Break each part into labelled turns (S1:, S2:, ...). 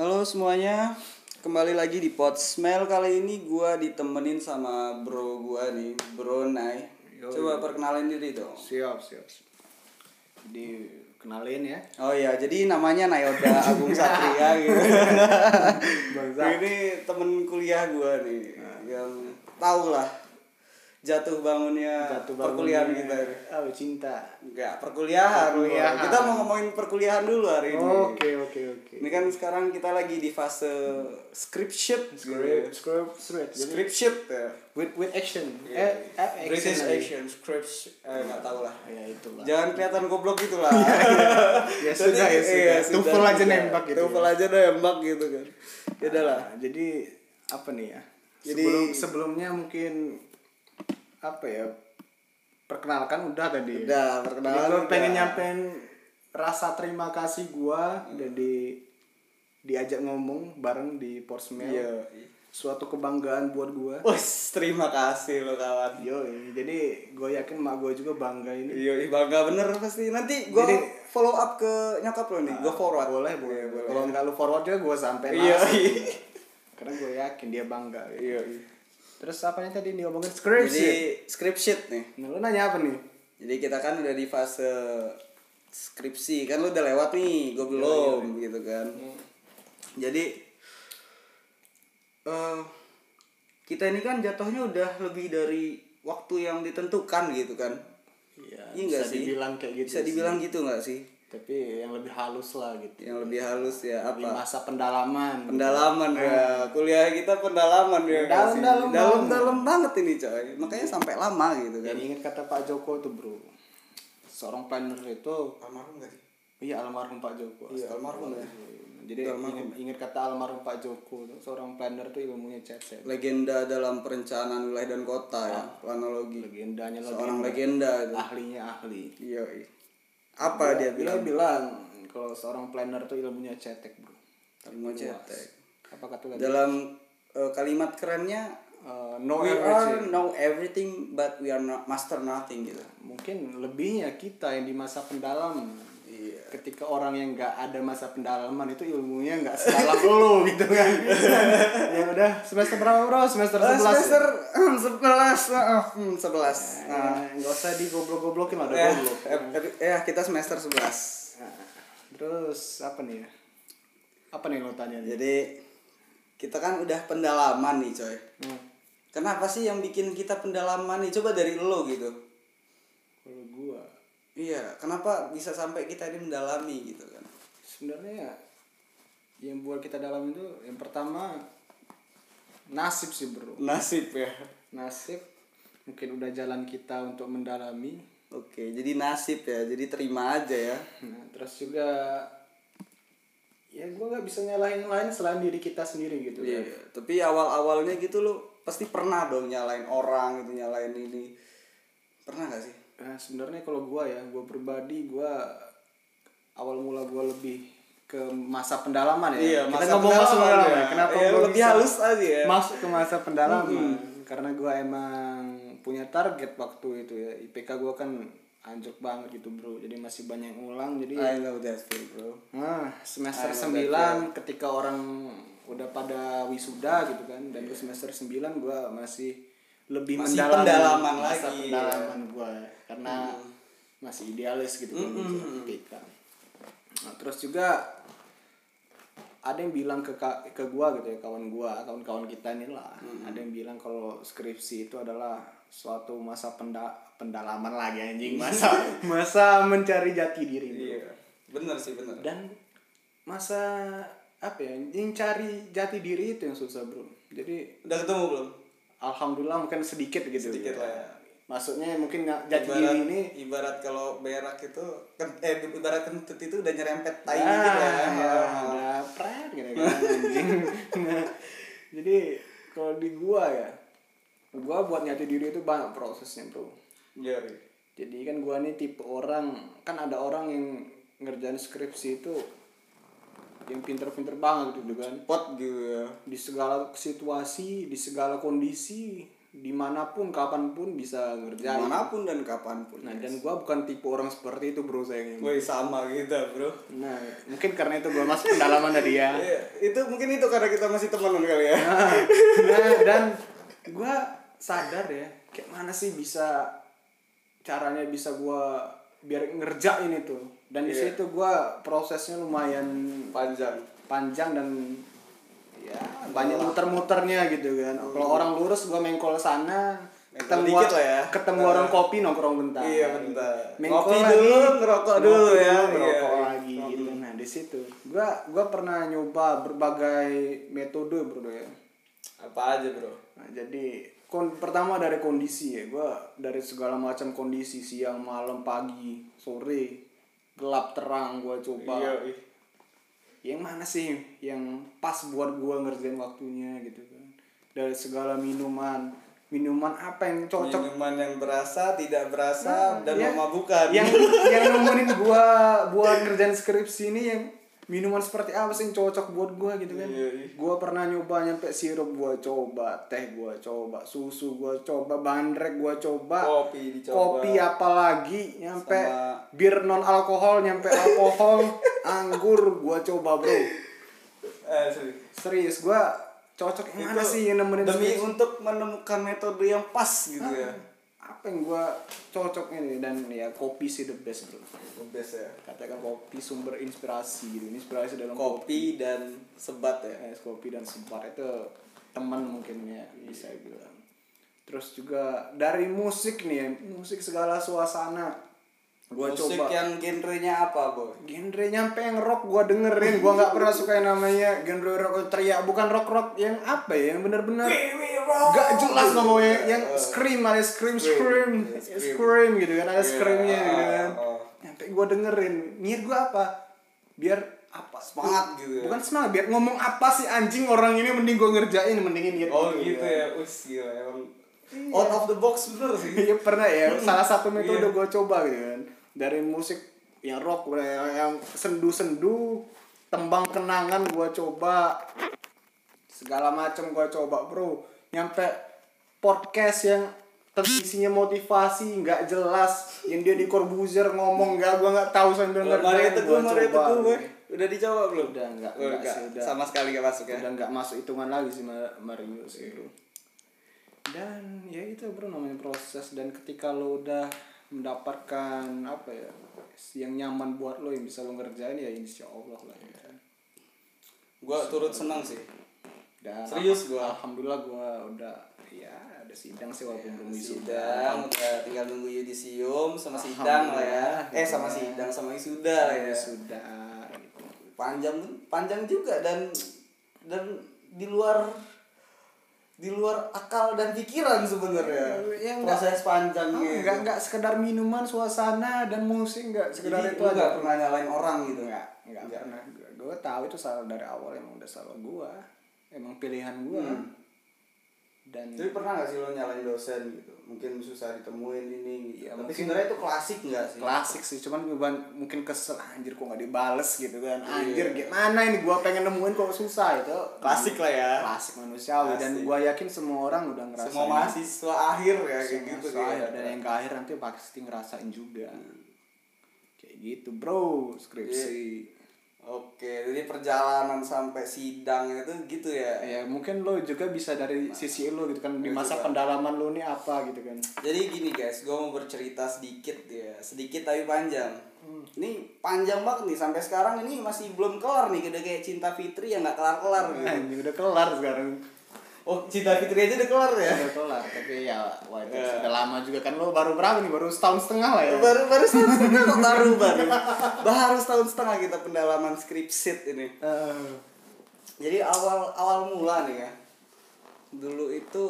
S1: Halo semuanya, kembali lagi di Pot Smell kali ini gua ditemenin sama bro gua nih, Bro Nay.
S2: Yo,
S1: Coba
S2: yo.
S1: perkenalin diri dong.
S2: Siap, siap. siap. Jadi kenalin ya.
S1: Oh iya, jadi namanya Nayoda Agung Satria gitu. ini temen kuliah gua nih
S2: Nah.
S1: yang tau lah jatuh bangunnya perkuliahan
S2: bangunnya.
S1: kita. ini.
S2: Oh, cinta.
S1: Enggak, perkuliahan. Bro.
S2: Perkuliahan.
S1: Kita mau ngomongin perkuliahan dulu hari ini.
S2: Oke, oke, oke.
S1: Ini kan sekarang kita lagi di fase scriptship. gitu ya.
S2: Script, script, script. Jadi,
S1: Scriptship ya.
S2: with with action. Eh,
S1: Yeah.
S2: eh, action
S1: British
S2: lagi.
S1: Asian scripts eh nggak tahu lah.
S2: Ya itulah.
S1: Jangan kelihatan goblok gitu lah. iya,
S2: Ya Iya, sudah, ya sudah. Tuvel aja nembak gitu.
S1: Tuvel aja nembak gitu kan. Ya udah lah.
S2: Nah, jadi apa nih ya?
S1: Jadi-
S2: Sebelum sebelumnya mungkin apa ya? Perkenalkan udah tadi.
S1: Udah,
S2: Jadi
S1: perkenalan.
S2: Iya. gua
S1: udah.
S2: pengen nyampein rasa terima kasih gua jadi diajak ngomong bareng di Porsmel.
S1: Iya.
S2: Suatu kebanggaan buat gua.
S1: Wes, terima kasih lo kawan.
S2: Yo, jadi gue yakin mak gue juga bangga ini.
S1: Iya, ih, bangga bener pasti. Nanti gua
S2: Jadi- Ah,
S1: follow up ke nyokap lo nih. Gua forward.
S2: Boleh,
S1: Iya,
S2: boleh.
S1: boleh.
S2: Kalau nggak lu forward juga gue sampein
S1: Iya.
S2: langsung.
S1: iya.
S2: Karena gue yakin dia bangga.
S1: Iya.
S2: ya. Terus apa nih tadi diomongin script
S1: Jadi
S2: sih?
S1: script sheet nih.
S2: Nah, lu nanya apa nih?
S1: Jadi kita kan udah di fase skripsi kan lu udah lewat nih, gue belum gitu kan. Jadi eh kita ini kan jatuhnya udah lebih dari waktu yang ditentukan gitu kan.
S2: Iya,
S1: Iya nggak sih?
S2: dibilang kayak gitu.
S1: Bisa
S2: sih.
S1: dibilang gitu nggak sih?
S2: Tapi yang lebih halus lah gitu.
S1: Yang lebih halus ya
S2: Di
S1: apa?
S2: masa pendalaman.
S1: Pendalaman ya. Kuliah kita pendalaman ya. nggak sih?
S2: Dalam-dalam
S1: Dalam-dalam banget ini coy. Makanya sampai lama gitu kan.
S2: Dan ingat kata Pak Joko tuh bro, seorang planner itu
S1: Almarhum nggak sih?
S2: Iya almarhum Pak Joko.
S1: Iya, almarhum ya.
S2: Jadi ingat, ingat kata almarhum Pak Joko tuh seorang planner tuh ilmunya cetek.
S1: Legenda dalam perencanaan wilayah dan kota ya,
S2: Ah.
S1: planologi.
S2: Legendanya lagi
S1: seorang legenda itu.
S2: ahlinya ahli.
S1: Iya. iya. Apa dia bilang?
S2: Bila bilang kalau seorang planner tuh ilmunya cetek bro.
S1: Ilmu cetek.
S2: Apa kata tadi?
S1: Dalam eh, kalimat kerennya
S2: Eh, no
S1: we
S2: average.
S1: are know everything but we are not master nothing gitu.
S2: Mungkin lebihnya kita yang di masa pendalaman.
S1: Iya.
S2: Ketika orang yang nggak ada masa pendalaman itu ilmunya nggak sedalam lo gitu kan. ya udah semester berapa bro? Semester 11.
S1: Oh, semester hmm, 11 ah, hmm, 11. Nah,
S2: Nah, nggak usah digoblok-goblokin lah, udah
S1: eh,
S2: goblok.
S1: eh, eh, eh, kita semester 11.
S2: Nah, terus apa nih ya? Apa nih lo tanya nih?
S1: Jadi kita kan udah pendalaman nih, coy.
S2: Hmm.
S1: Kenapa sih yang bikin kita pendalaman nih? Coba dari lo gitu.
S2: Kalau gua
S1: Iya, kenapa bisa sampai kita ini mendalami gitu kan?
S2: sebenarnya ya, yang buat kita dalam itu yang pertama nasib sih bro.
S1: Nasib ya.
S2: Nasib mungkin udah jalan kita untuk mendalami.
S1: Oke, jadi nasib ya. Jadi terima aja ya.
S2: Nah, terus juga ya gua nggak bisa nyalahin yang lain selain diri kita sendiri gitu
S1: Iya.
S2: kan.
S1: Tapi awal-awalnya gitu lo pasti pernah dong nyalain orang gitu, nyalain ini. Pernah gak sih?
S2: Nah, sebenarnya kalau gua ya, gua pribadi gua awal mula gua lebih ke masa pendalaman ya. Kita ngomong masa pendalaman. Ya. Kenapa
S1: Iya,
S2: gua
S1: lebih
S2: bisa
S1: halus aja ya.
S2: masuk ke masa pendalaman? Karena gua emang punya target waktu itu ya. IPK gua kan anjlok banget gitu, Bro. Jadi masih banyak yang ulang jadi
S1: I know that feel, bro.
S2: Nah, semester 9 ketika orang udah pada wisuda gitu kan dan gua semester 9 gua masih lebih
S1: Iya. Masih
S2: mendalami
S1: pendalaman
S2: masa
S1: lagi, Iya. Hmm.
S2: pendalaman gua ya, karena masih idealis gitu kan ketika. Nah, terus juga ada yang bilang ke ka- ke gua gitu ya kawan gua kawan-kawan kita ini lah
S1: Hmm.
S2: ada yang bilang kalau skripsi itu adalah suatu masa penda pendalaman lagi anjing masa masa mencari jati diri bro
S1: Iya. Bener sih, bener.
S2: dan masa apa ya yang cari jati diri itu yang susah bro jadi
S1: Udah ketemu belum?
S2: alhamdulillah mungkin sedikit gitu
S1: Sedikit lah ya.
S2: maksudnya mungkin nggak jati
S1: Ibarat,
S2: diri ini
S1: ibarat kalau berak itu ken- eh ibarat kentut itu udah nyerempet tai
S2: ah,
S1: gitu ya.
S2: ya, udah pret gitu kan anjing. Nah, jadi kalau di gua ya gua buat jati diri itu banyak prosesnya bro
S1: Iya.
S2: jadi kan gua nih tipe orang kan ada orang yang ngerjain skripsi itu yang pinter-pinter banget gitu kan
S1: Pot gitu ya.
S2: di segala situasi, di segala kondisi dimanapun kapanpun bisa ngerjain
S1: Ya, Manapun dan kapanpun.
S2: nah dan gua bukan tipe orang seperti itu bro sayangnya
S1: Woi sama kita bro.
S2: nah mungkin karena itu gua masuk pendalaman ya. dari dia
S1: Iya, itu mungkin itu karena kita masih temenan kali ya.
S2: nah dan gue sadar ya kayak mana sih bisa caranya bisa gue biar ngerjain itu dan di
S1: Iya.
S2: situ gue prosesnya lumayan
S1: Panjang.
S2: panjang dan ya banyak muter-muternya gitu kan kalau orang lurus gue mengkol sana
S1: Oh. Mengkol
S2: ketemu
S1: dikit lah ya.
S2: ketemu orang kopi nongkrong bentar
S1: Iya, bentar.
S2: Mengkol
S1: Ngopi
S2: lagi,
S1: dulu, ngerokok
S2: ngopi
S1: dulu ya.
S2: ngerokok
S1: Iya, iya.
S2: lagi gitu nah di situ gue gua pernah nyoba berbagai metode bro ya
S1: Apa aja bro?
S2: Nah, jadi kon pertama dari kondisi ya, gue dari segala macam kondisi siang, malam, pagi, sore, gelap terang gue coba.
S1: Iya.
S2: Yang mana sih yang pas buat gue ngerjain waktunya gitu kan? Dari segala minuman, minuman apa yang cocok?
S1: Minuman yang berasa, tidak berasa, dan
S2: ya.
S1: memabukan.
S2: Yang yang nemenin gue buat ngerjain skripsi ini yang minuman seperti apa sih yang cocok buat gue gitu kan?
S1: Iya, iya.
S2: Gua pernah nyoba nyampe sirup gue coba, teh gue coba, susu gue coba, bandrek gue coba.
S1: kopi dicoba.
S2: kopi apalagi nyampe
S1: Sama-
S2: bir non alkohol nyampe alkohol anggur gua coba bro
S1: Eh, sorry.
S2: serius gua cocok yang mana
S1: Itu
S2: sih yang nemenin
S1: demi
S2: skripsi?
S1: untuk menemukan metode yang pas gitu ya.
S2: apa yang gua cocok ini dan ya kopi sih the best bro
S1: Best ya.
S2: katakan kopi sumber inspirasi gitu inspirasi dalam
S1: Kopi dan sebat ya.
S2: es kopi dan sempat itu teman mungkin ya bisa bilang terus juga dari musik nih musik segala suasana gua
S1: Musik ya.
S2: coba
S1: yang genrenya apa, Boy?
S2: genre nyampe yang rock gua dengerin gua nggak pernah suka yang namanya genre rock yang teriak bukan rock rock yang apa ya yang bener-bener gak jelas ngomongnya yang scream ada scream scream
S1: Scream.
S2: scream gitu kan ada screamnya
S1: ah,
S2: gitu kan
S1: ah.
S2: nyampe gua dengerin niat gua apa biar apa
S1: Semangat gitu ya.
S2: bukan semangat biar ngomong apa sih anjing orang ini mending gua ngerjain mendingin niat
S1: Oh
S2: gua.
S1: gitu ya, us gila emang out of the box bener sih.
S2: Iya pernah ya. Salah satu metode gue coba gitu kan. Dari musik yang rock, yang yang sendu-sendu, tembang kenangan gue coba. Segala macam gue coba bro. Nyampe podcast yang ter- isinya motivasi nggak jelas yang dia di Corbuzier ngomong nggak gue nggak tahu sambil
S1: Loh, Mario
S2: ngerjain
S1: Teguh,
S2: gua
S1: Mario
S2: coba.
S1: Teguh, Boy. Udah dicoba belum?
S2: Udah, enggak,
S1: Oh,
S2: enggak
S1: enggak.
S2: sih, udah.
S1: Sama sekali gak masuk ya.
S2: udah nggak masuk hitungan lagi sih Ma-
S1: Iya.
S2: Mario sih bro dan ya itu bro namanya proses dan ketika lo udah mendapatkan apa ya yang nyaman buat lo yang bisa lo ngerjain ya insya Allah lah ya
S1: Iya.
S2: kan.
S1: Gua turut senang sih.
S2: dan
S1: Serius gua. Iya,
S2: alhamdulillah gua udah ya ada sidang sih walaupun belum wisuda
S1: Sidang, udah tinggal nunggu yudisium sama sidang lah ya. Eh sama sidang sama wisuda lah
S2: Iya,
S1: ya.
S2: wisuda gitu.
S1: Panjang panjang juga dan dan di luar di luar akal dan pikiran sebenarnya.
S2: Ya, enggak.
S1: Iya. Proses panjangnya.
S2: Ah, nggak nggak sekedar minuman suasana dan musik nggak sekedar
S1: Jadi Iya,
S2: itu
S1: lu
S2: aja
S1: nggak pernah nyalain orang gitu
S2: nggak nggak
S1: Nggak.
S2: pernah gue tahu itu salah dari awal emang udah salah gue emang pilihan gue
S1: Hmm.
S2: dan
S1: Tapi pernah gak sih lo nyalain dosen gitu? Mungkin susah ditemuin ini gitu.
S2: Ya,
S1: Tapi
S2: mungkin.
S1: sebenarnya itu klasik gak sih?
S2: klasik sih cuman gue ban- mungkin kesel anjir kok nggak dibales gitu kan
S1: Iya.
S2: anjir gimana ini gue pengen nemuin kok susah itu
S1: Klasik lah ya.
S2: klasik manusiawi dan
S1: Klasik.
S2: gue yakin semua orang udah ngerasain
S1: Semua mahasiswa akhir ya kayak gitu
S2: Masuk
S1: kayak.
S2: aja, dan yang ke akhir nanti pasti ngerasain juga kayak gitu bro skripsi
S1: Iya. Oke, jadi perjalanan sampai sidang itu gitu ya.
S2: ya mungkin lo juga bisa
S1: Nah,
S2: dari sisi lo gitu kan
S1: iya
S2: di masa pendalaman lo nih apa gitu kan
S1: Jadi gini guys, gue mau bercerita sedikit ya, sedikit tapi panjang. Ini panjang banget nih sampai sekarang ini masih belum kelar nih, udah kayak cinta Fitri yang nggak kelar-kelar gitu.
S2: Anjing udah kelar sekarang.
S1: Oh, cinta Fitri aja udah kelar ya?
S2: Udah kelar, tapi ya wajar sudah lama juga kan lo baru berapa nih? Baru setahun setengah lah ya.
S1: baru baru setahun setengah kok baru baru baru setahun setengah kita pendalaman skripsit ini
S2: Eh,
S1: jadi awal awal mula nih ya dulu itu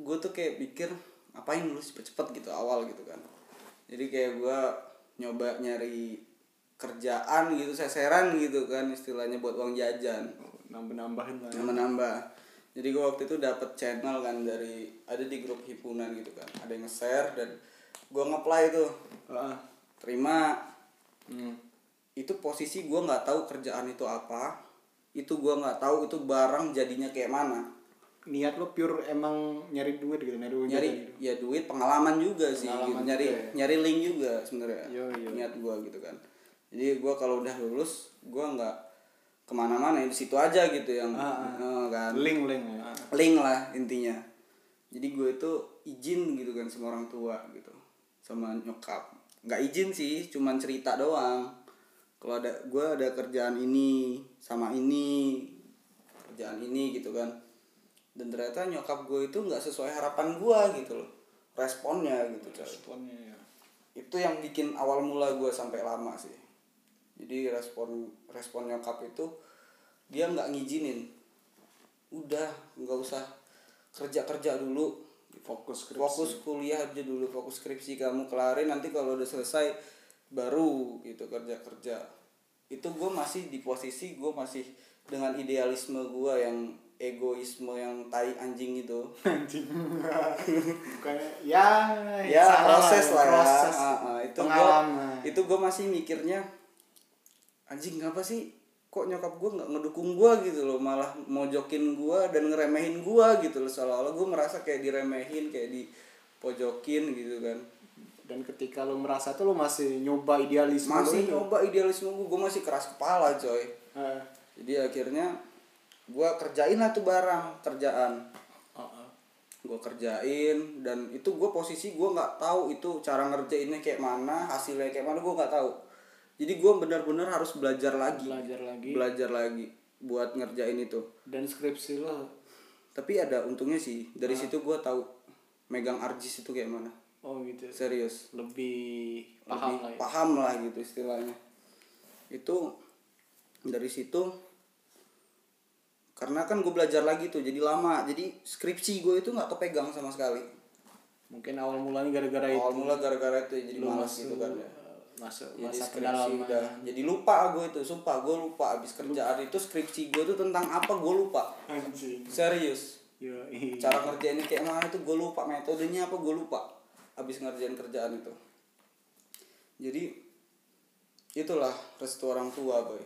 S1: gue tuh kayak pikir ngapain lu cepet-cepet gitu awal gitu kan jadi kayak gue nyoba nyari kerjaan gitu seseran gitu kan istilahnya buat uang jajan
S2: nambah-nambahin lah.
S1: yang menambah jadi gue waktu itu dapat channel kan dari ada di grup himpunan gitu kan ada yang nge-share dan gue nge-apply tuh
S2: Ah,
S1: terima
S2: hmm.
S1: itu posisi gua nggak tahu kerjaan itu apa itu gua nggak tahu itu barang jadinya kayak mana
S2: niat lo pure emang nyari duit gitu nyari duit
S1: nyari
S2: gitu.
S1: ya duit pengalaman juga sih
S2: Pengalaman
S1: gitu. nyari
S2: juga ya.
S1: nyari link juga sebenarnya
S2: Yo, yo.
S1: niat gua gitu kan jadi gua kalau udah lulus gua nggak kemana-mana ya di situ aja gitu yang
S2: Ah,
S1: eh, kan
S2: link link ya.
S1: link lah intinya jadi gue itu izin gitu kan sama orang tua gitu sama nyokap nggak izin sih cuman cerita doang kalau ada gue ada kerjaan ini sama ini kerjaan ini gitu kan dan ternyata nyokap gue itu nggak sesuai harapan gue gitu loh responnya gitu coy
S2: Responnya ya.
S1: itu yang bikin awal mula gue sampai lama sih jadi respon respon nyokap itu dia nggak ngizinin udah nggak usah kerja kerja dulu
S2: fokus skripsi
S1: fokus kuliah aja dulu fokus skripsi kamu kelarin nanti kalau udah selesai baru gitu kerja kerja itu gue masih di posisi gue masih dengan idealisme gue yang egoisme yang tai anjing itu
S2: anjing bukannya ya
S1: ya
S2: salah
S1: proses lah ya.
S2: proses
S1: Ah, ah, itu gua-
S2: pengalaman
S1: itu gue masih mikirnya anjing apa sih kok nyokap gue nggak ngedukung gue gitu loh malah mojokin gue dan ngeremehin gue gitu loh seolah-olah gue merasa kayak diremehin kayak dipojokin gitu kan
S2: dan ketika lo merasa tuh lo masih nyoba idealisme lo
S1: masih
S2: itu.
S1: nyoba idealisme gue gue masih keras kepala coy
S2: Eh,
S1: jadi akhirnya gue kerjain lah tuh barang kerjaan
S2: oh, oh.
S1: gue kerjain dan itu gue posisi gue nggak tahu itu cara ngerjainnya kayak mana hasilnya kayak mana gue nggak tahu jadi gue benar-benar harus belajar lagi
S2: belajar lagi
S1: belajar lagi buat ngerjain itu
S2: dan skripsi lo
S1: tapi ada untungnya sih
S2: Ah.
S1: dari situ gue tahu megang arjis itu kayak mana
S2: oh gitu
S1: serius
S2: lebih paham
S1: Lebih
S2: lah ya.
S1: paham lah gitu istilahnya itu dari situ karena kan gue belajar lagi tuh jadi lama jadi skripsi gue itu nggak kepegang sama sekali
S2: mungkin awal mulanya gara-gara Nah, itu
S1: awal mula gara-gara itu jadi malas gitu kan ya.
S2: masuk
S1: jadi
S2: masa
S1: skripsi
S2: pendalaman
S1: udah jadi lupa gue itu sumpah gue lupa abis kerjaan itu skripsi gue tuh tentang apa gue lupa
S2: anjing
S1: serius
S2: yo
S1: cara ngerjainnya kayak mana itu gue lupa metodenya apa gue lupa abis ngerjain kerjaan itu jadi itulah restu orang tua boy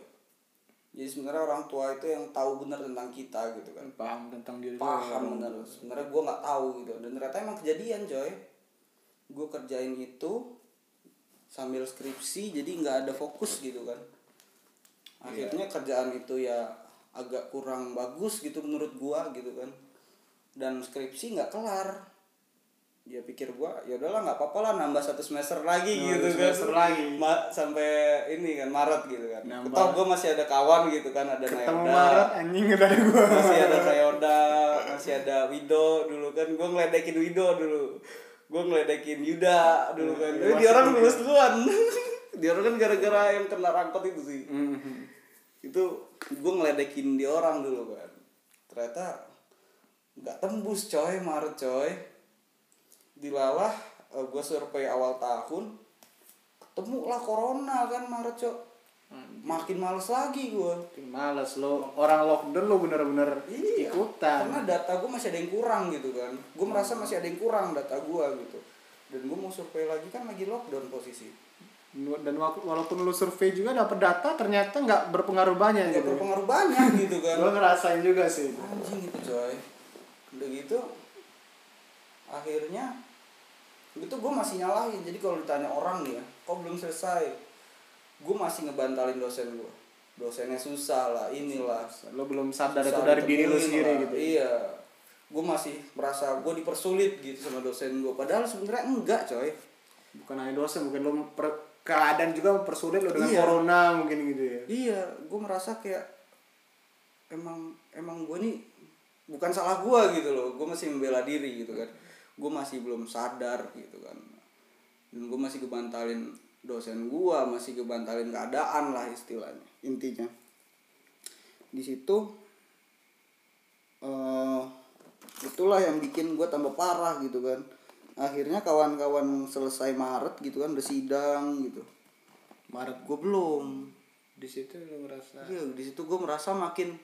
S1: jadi sebenarnya orang tua itu yang tahu benar tentang kita gitu kan
S2: paham tentang diri lo.
S1: paham bener sebenarnya gue nggak tahu gitu dan ternyata emang kejadian coy gue kerjain itu sambil skripsi jadi nggak ada fokus gitu kan
S2: Iya.
S1: akhirnya kerjaan itu ya agak kurang bagus gitu menurut gua gitu kan dan skripsi nggak kelar dia pikir gua ya udahlah nggak apa-apa lah nambah satu semester lagi
S2: Nambah
S1: gitu
S2: satu
S1: kan
S2: semester lagi.
S1: Ma- sampai ini kan Maret gitu kan
S2: Nambah.
S1: Toh gua masih ada kawan gitu kan ada
S2: ketemu
S1: Nayuda
S2: Maret anjing udah ada gua
S1: masih ada Toyota, masih ada Wido dulu kan gue ngeledekin Wido dulu gue ngeledekin Yuda dulu kan tapi dia orang lulus duluan dia orang kan gara-gara yang kena rangkot itu sih itu gue ngeledekin dia orang dulu kan ternyata nggak tembus coy Maret coy dilalah gue survei awal tahun ketemu lah corona kan Maret coy makin males lagi gue
S2: males lo orang lockdown lo bener-bener
S1: Iya.
S2: ikutan
S1: karena data gue masih ada yang kurang gitu kan gue merasa masih ada yang kurang data gue gitu dan gue mau survei lagi kan lagi lockdown posisi
S2: dan wak- walaupun lo survei juga dapet data ternyata nggak berpengaruh banyak
S1: nggak
S2: gitu
S1: berpengaruh banyak gitu kan
S2: lo ngerasain juga sih itu.
S1: anjing itu coy udah gitu akhirnya itu gue masih nyalahin jadi kalau ditanya orang nih ya kok belum selesai gue masih ngebantalin dosen gue dosennya susah lah inilah
S2: lo belum sadar
S1: Susah
S2: itu dari diri lo
S1: ditemuin
S2: sendiri
S1: lah.
S2: gitu
S1: iya gue masih merasa gue dipersulit gitu sama dosen gue padahal sebenarnya enggak coy
S2: bukan hanya dosen mungkin lo memper- keadaan juga mempersulit lo dengan
S1: Iya.
S2: corona mungkin gitu ya
S1: iya gue merasa kayak emang emang gue nih bukan salah gue gitu loh gue masih membela diri gitu kan gue masih belum sadar gitu kan dan gue masih kebantalin dosen gue masih kebantalin keadaan lah istilahnya intinya di situ eh itulah yang bikin gue tambah parah gitu kan akhirnya kawan-kawan selesai Maret gitu kan udah sidang gitu
S2: Maret
S1: gue belum
S2: di situ lo ngerasa
S1: Iya, di situ gue merasa makin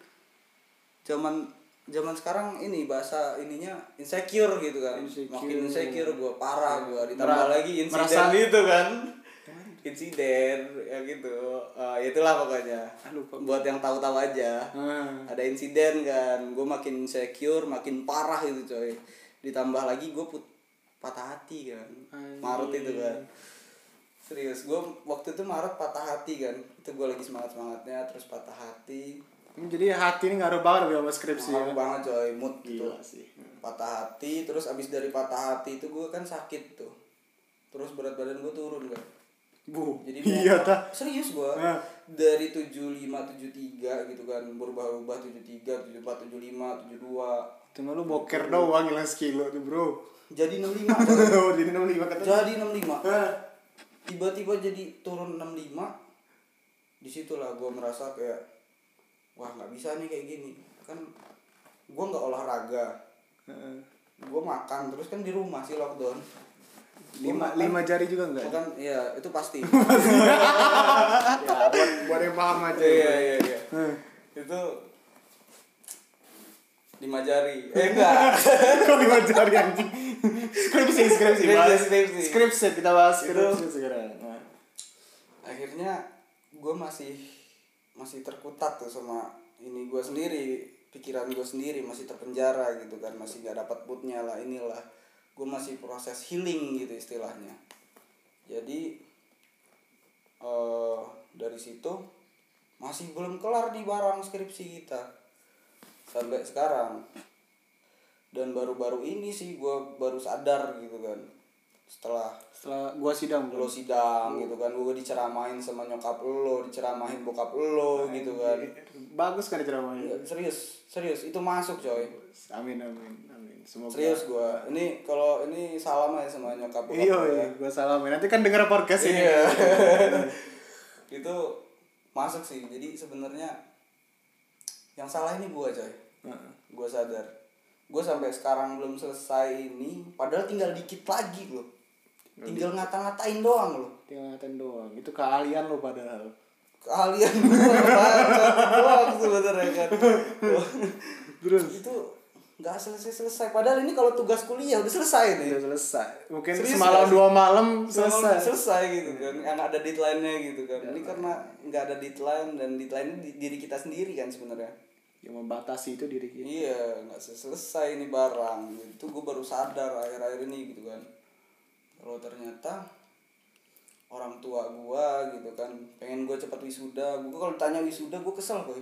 S1: zaman zaman sekarang ini bahasa ininya insecure gitu kan.
S2: Insecure.
S1: Makin insecure gue parah gue ditambah
S2: Merasa- gitu
S1: lagi insiden
S2: merasa-
S1: itu kan. insiden ya gitu Eh, itulah pokoknya
S2: Ah, lupa gua.
S1: buat yang tahu-tahu aja
S2: Ah.
S1: ada insiden kan gue makin secure makin parah itu coy ditambah lagi gue put patah hati kan
S2: Anjing.
S1: marut itu kan serius gue waktu itu marut patah hati kan itu gue lagi semangat semangatnya terus patah hati
S2: Ini jadi hati ini ngaruh banget sama skripsi ya.
S1: Marah banget coy mood gitu
S2: Gila sih.
S1: patah hati terus abis dari patah hati itu gue kan sakit tuh terus berat badan gue turun kan
S2: Bu.
S1: jadi
S2: iya
S1: mau-
S2: tah.
S1: serius gue
S2: Hah.
S1: dari 75 73 gitu kan berubah-ubah 73 74 75 72
S2: Cuma lu boker doang hilang sekilo tuh, Bro.
S1: jadi 65 coy.
S2: jadi 65 kata.
S1: jadi 65
S2: Ah.
S1: tiba-tiba jadi turun 65 disitulah gue merasa kayak wah nggak bisa nih kayak gini kan gue nggak olahraga
S2: Heeh.
S1: gue makan terus kan di rumah sih lockdown
S2: Lima, kan? lima jari juga enggak?
S1: makan ya itu pasti
S2: ya, buat, buat yang paham aja.
S1: iya iya iya
S2: Heeh.
S1: itu lima jari eh enggak
S2: Kok lima jari anjing? Skripsi, skripsi.
S1: Skripsi,
S2: bahas.
S1: skripsi.
S2: Skripsi, kita bahas
S1: Itu-
S2: skripsi sekarang. Nah.
S1: akhirnya gue masih masih terkutat tuh sama ini gue sendiri pikiran gue sendiri masih terpenjara gitu kan masih nggak dapat putnya lah inilah gue masih proses healing gitu istilahnya jadi eh dari situ masih belum kelar di barang skripsi kita sampai sekarang dan baru-baru ini sih gue baru sadar gitu kan setelah
S2: Setelah gua sidang,
S1: lo sidang gitu kan gue diceramain sama nyokap lo diceramain bokap lo gitu kan
S2: Bagus kan ceramahnya.
S1: Nggak, serius serius itu masuk coy
S2: Amin, amin, amin. Semoga.
S1: serius gue ini kalau ini salam aja sama nyokap bokap
S2: Iya,
S1: lo
S2: iya,
S1: ya.
S2: gua salamin. Nanti kan denger podcast ini.
S1: Iya. itu masuk sih jadi sebenarnya yang salah ini gue coy
S2: Heeh.
S1: gue sadar gue sampai sekarang belum selesai ini padahal tinggal dikit lagi lo tinggal ngata-ngatain doang lo
S2: Tinggal ngatain doang. Itu keahlian lo padahal.
S1: kalian gua bacot doang sebenarnya kan
S2: Terus?
S1: itu nggak selesai selesai padahal ini kalau tugas kuliah udah selesai nih
S2: Udah selesai. Mungkin
S1: Serius
S2: semalam
S1: nggak sih?
S2: dua malam
S1: Selesai.
S2: selesai. Ya.
S1: selesai gitu kan yang ada deadline-nya gitu kan ini karena nggak ada deadline dan deadline di- diri kita sendiri kan sebenarnya
S2: Yang Ya, membatasi itu diri kita.
S1: iya nggak selesai- selesai ini barang itu gue baru sadar akhir-akhir ini gitu kan kalau ternyata orang tua gua gitu kan pengen gue cepat wisuda gue kalau ditanya wisuda gue kesel boy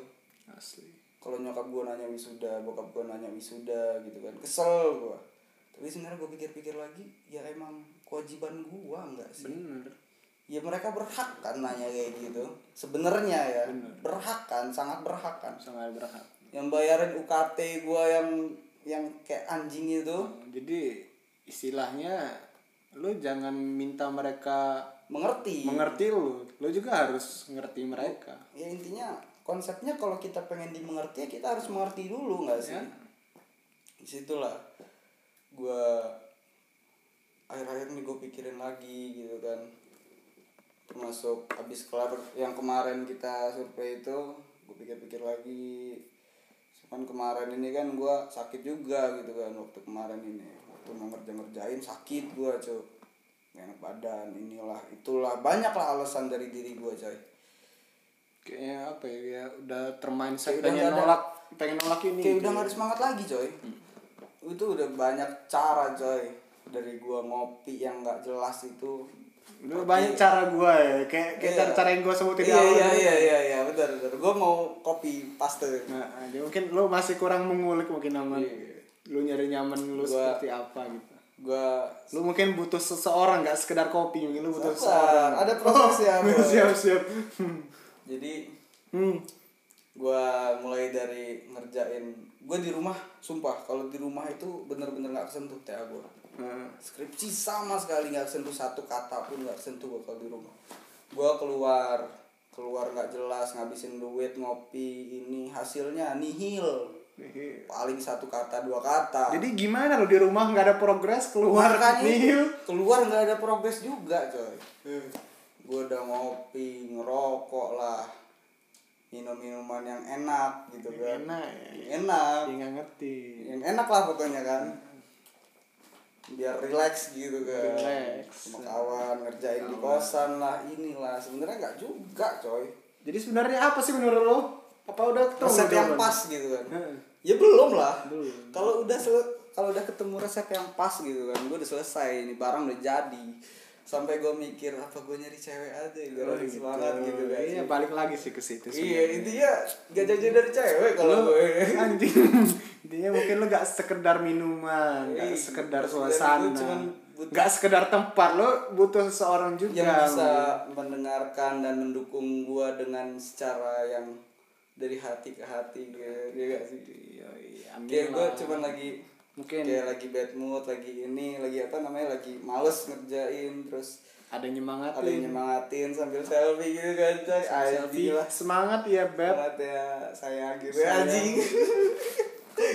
S2: Asli.
S1: kalau nyokap gue nanya wisuda bokap gue nanya wisuda gitu kan kesel gue tapi sebenarnya gue pikir-pikir lagi ya emang kewajiban gue enggak sih
S2: Bener.
S1: ya mereka berhak kan nanya kayak gitu sebenarnya ya
S2: Bener.
S1: berhak kan sangat berhak kan
S2: Sangat berhak.
S1: yang bayarin UKT gue yang yang kayak anjing itu
S2: Jadi istilahnya lu jangan minta mereka
S1: mengerti
S2: mengerti lu. Lu juga harus ngerti mereka.
S1: ya intinya konsepnya kalau kita pengen dimengerti ya kita harus mengerti dulu nggak sih disitulah gue akhir-akhir ini gue pikirin lagi gitu kan termasuk habis kelar yang kemarin kita survei itu gue pikir-pikir lagi cuman kemarin ini kan gue sakit juga gitu kan waktu kemarin ini waktu mau ngerjain sakit gue cok Nggak enak badan inilah itulah banyaklah alasan dari diri gue coy
S2: Kayaknya apa ya, ya udah
S1: Kayak
S2: termindset
S1: udah
S2: pengen
S1: nggak ada-
S2: nolak pengen nolak ini.
S1: kayak
S2: gitu. Hmm.
S1: udah gak ada semangat lagi coy itu udah banyak cara coy dari gua ngopi yang nggak jelas itu
S2: Lu banyak cara gua ya, kayak kayak
S1: Iya.
S2: cara-cara yang gua sebutin di
S1: iya
S2: awal
S1: iya
S2: tadi.
S1: iya iya iya benar benar gua mau kopi paste
S2: Nah, aja mungkin lu masih kurang mengulik mungkin aman.
S1: Iya.
S2: Lu nyari nyaman lu
S1: Gua-
S2: seperti apa gitu.
S1: gua
S2: Lu mungkin butuh seseorang nggak sekedar kopi, mungkin lu butuh seseorang.
S1: sabar ada prosesnya Bro.
S2: siap siap.
S1: jadi
S2: Hmm.
S1: gua mulai dari ngerjain gua di rumah sumpah kalau di rumah itu bener-bener nggak kesentuh TA gua
S2: Nah,
S1: skripsi sama sekali nggak sentuh satu kata pun nggak sentuh gue kalau di rumah gue keluar keluar nggak jelas ngabisin duit ngopi ini hasilnya nihil
S2: nih.
S1: paling satu kata dua kata
S2: Jadi gimana lu di rumah nggak ada progres keluar
S1: Makanya
S2: nihil.
S1: keluar nggak ada progres juga coy gue udah ngopi ngerokok lah minum minuman yang enak gitu kan
S2: Enak ya.
S1: enak
S2: Dia nggak ngerti.
S1: yang enak lah pokoknya kan biar relax gitu kan
S2: Relax.
S1: sama kawan ngerjain di kosan lah inilah sebenarnya nggak juga coy
S2: Jadi sebenarnya apa sih menurut lo? Apa udah ketemu
S1: resep yang
S2: jawaban?
S1: pas gitu kan
S2: Heeh.
S1: ya belum lah
S2: Belum.
S1: kalau udah sel- kalau udah ketemu resep yang pas gitu kan gue udah selesai ini barang udah jadi sampai gue mikir apa gue nyari cewek aja ya, gue
S2: Oh,
S1: lagi semangat gitu kan
S2: Iya, balik lagi sih ke situ.
S1: iya intinya gak jauh-jauh dari cewek kalau
S2: Lo-
S1: gue
S2: Anjing. Intinya mungkin lo gak sekedar minuman, gak
S1: Iya,
S2: sekedar
S1: sekedar
S2: suasana,
S1: itu cuman butuh-
S2: gak sekedar tempat. Lo butuh seorang juga.
S1: yang bisa mendengarkan dan mendukung gua dengan secara yang dari hati ke hati gitu ya gak sih
S2: Iya, iya,
S1: kayak
S2: amin
S1: gua
S2: lah.
S1: cuman lagi
S2: Mungkin.
S1: kayak lagi bad mood lagi ini lagi apa namanya lagi males ngerjain terus
S2: ada yang nyemangatin.
S1: ada yang nyemangatin sambil selfie gitu kan coy
S2: Selfie.
S1: anjing lah
S2: Semangat ya, Beb.
S1: banget ya sayang gitu
S2: Sayang.
S1: anjing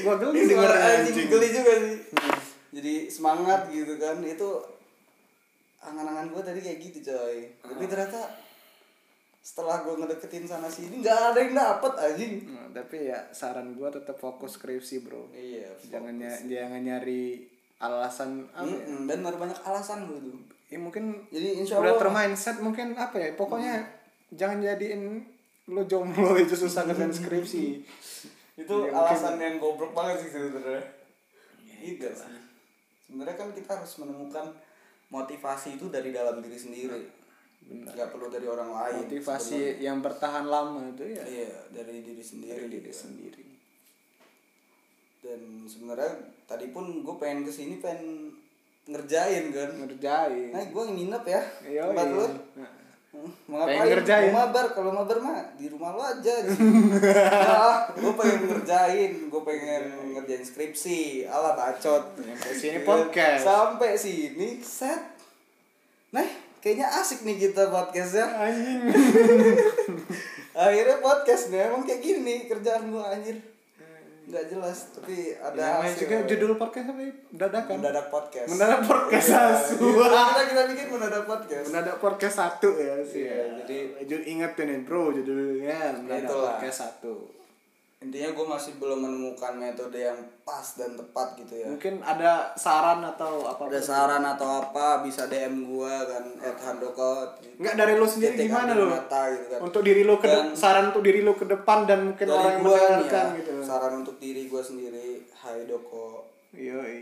S2: Gua geli denger
S1: Suara
S2: Iya, anjing.
S1: anjing geli juga sih jadi semangat gitu kan itu angan-angan gue tadi kayak gitu coy tapi
S2: Ah.
S1: ternyata setelah gue ngedeketin sana sini nggak ada yang dapet anjing
S2: Nah, tapi ya saran gua tetap fokus skripsi, Bro.
S1: iya
S2: jangan nya- jangan nyari alasan apa ya?
S1: Mm-mm, dan baru banyak alasan gue tuh
S2: ya mungkin
S1: jadi insya Allah
S2: udah
S1: Hmm.
S2: termindset mungkin apa ya pokoknya jangan jadiin lo jomblo itu susah ngerjain
S1: Hmm.
S2: skripsi
S1: itu
S2: Ya, mungkin- Ya
S1: alasan yang goblok banget sih sebenarnya itu sih sebenarnya kan kita harus menemukan motivasi itu dari dalam diri sendiri nggak perlu dari orang lain
S2: Nah, motivasi yang bertahan lama itu ya
S1: iya dari diri sendiri
S2: dari diri
S1: gitu.
S2: sendiri
S1: dan sebenarnya tadi pun gue pengen kesini pengen ngerjain kan
S2: ngerjain
S1: nah gue nginep ya
S2: Iya,
S1: tempat
S2: iya.
S1: lu
S2: Nah,
S1: Hmm, mau ngapain?
S2: Pengen ngerjain.
S1: Mau mabar kalau mabar mah di rumah lo aja nah, gue pengen ngerjain gue pengen ngerjain skripsi ala bacot
S2: Sampai sini
S1: Gitu.
S2: podcast.
S1: sampai sini set nah kayaknya asik nih kita podcastnya
S2: anjing
S1: akhirnya podcast nih emang kayak gini nih kerjaan gue anjir nggak jelas tapi ada
S2: namanya
S1: hasil.
S2: juga judul podcast apa ya? dadakan
S1: mendadak podcast
S2: Mendadak podcast
S1: Iya,
S2: asu.
S1: iya, kita kita bikin mendadak podcast
S2: mendadak podcast satu ya sih
S1: Iya,
S2: ya.
S1: jadi-
S2: jadi ingetin nih bro judulnya mendadak
S1: Itulah.
S2: podcast satu
S1: intinya gue masih belum menemukan metode yang pas dan tepat gitu ya
S2: mungkin ada saran atau apa
S1: ada saran atau apa bisa dm gue kan at handokot
S2: Enggak dari lo sendiri
S1: Titik
S2: gimana
S1: Andi
S2: lo?
S1: Mata gitu kan.
S2: Untuk diri lo ke
S1: Dan-
S2: saran untuk diri lo ke depan dan mungkin
S1: dari
S2: orang yang
S1: gue nih
S2: mendengarkan
S1: ya
S2: gitu.
S1: saran untuk diri gue sendiri hai doko
S2: Yoi.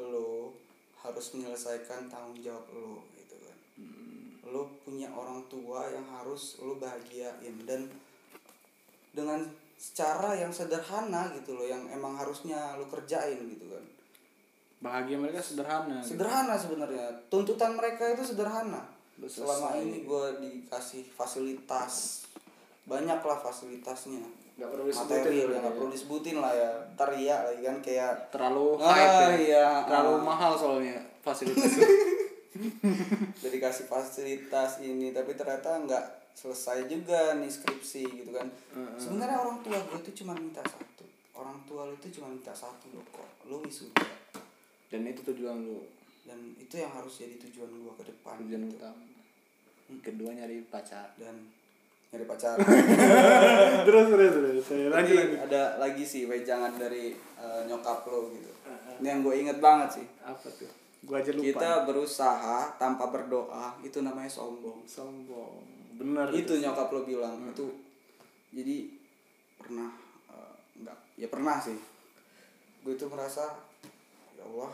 S1: lo harus menyelesaikan tanggung jawab lo gitu kan
S2: Hmm.
S1: lo punya orang tua yang harus lo bahagiain dan dengan secara yang sederhana gitu loh yang emang harusnya lo kerjain gitu kan
S2: Bahagia mereka sederhana. gitu.
S1: sederhana sebenarnya tuntutan mereka itu sederhana
S2: Lu
S1: selama ini gue dikasih fasilitas banyaklah fasilitasnya
S2: Nggak perlu disebutin
S1: materi
S2: berarti
S1: yang nggak perlu disebutin lah ya ntar iya lagi kan kayak
S2: Terlalu
S1: Ah,
S2: hype ya.
S1: iya.
S2: Terlalu mahal soalnya fasilitas.
S1: udah dikasih fasilitas ini tapi ternyata nggak selesai juga nih skripsi gitu kan sebenarnya orang tua gue tuh cuma minta satu orang tua lu tuh cuma minta satu lo kok lu wisuda
S2: dan itu tujuan lo.
S1: dan itu yang harus jadi tujuan gue ke depan
S2: Tujuan utama. Kedua nyari pacar.
S1: dan nyari pacar
S2: terus terus terus. Lanjut
S1: Tapi ada lagi sih wejangan dari eh, nyokap lo gitu ini yang gue inget banget sih
S2: Apa tuh? Gua aja Ah, lupa.
S1: kita berusaha tanpa berdoa itu namanya sombong
S2: sombong. Benar. Hmm.
S1: itu nyokap lo bilang itu jadi pernah eh, nggak ya pernah sih gue tuh merasa ya Allah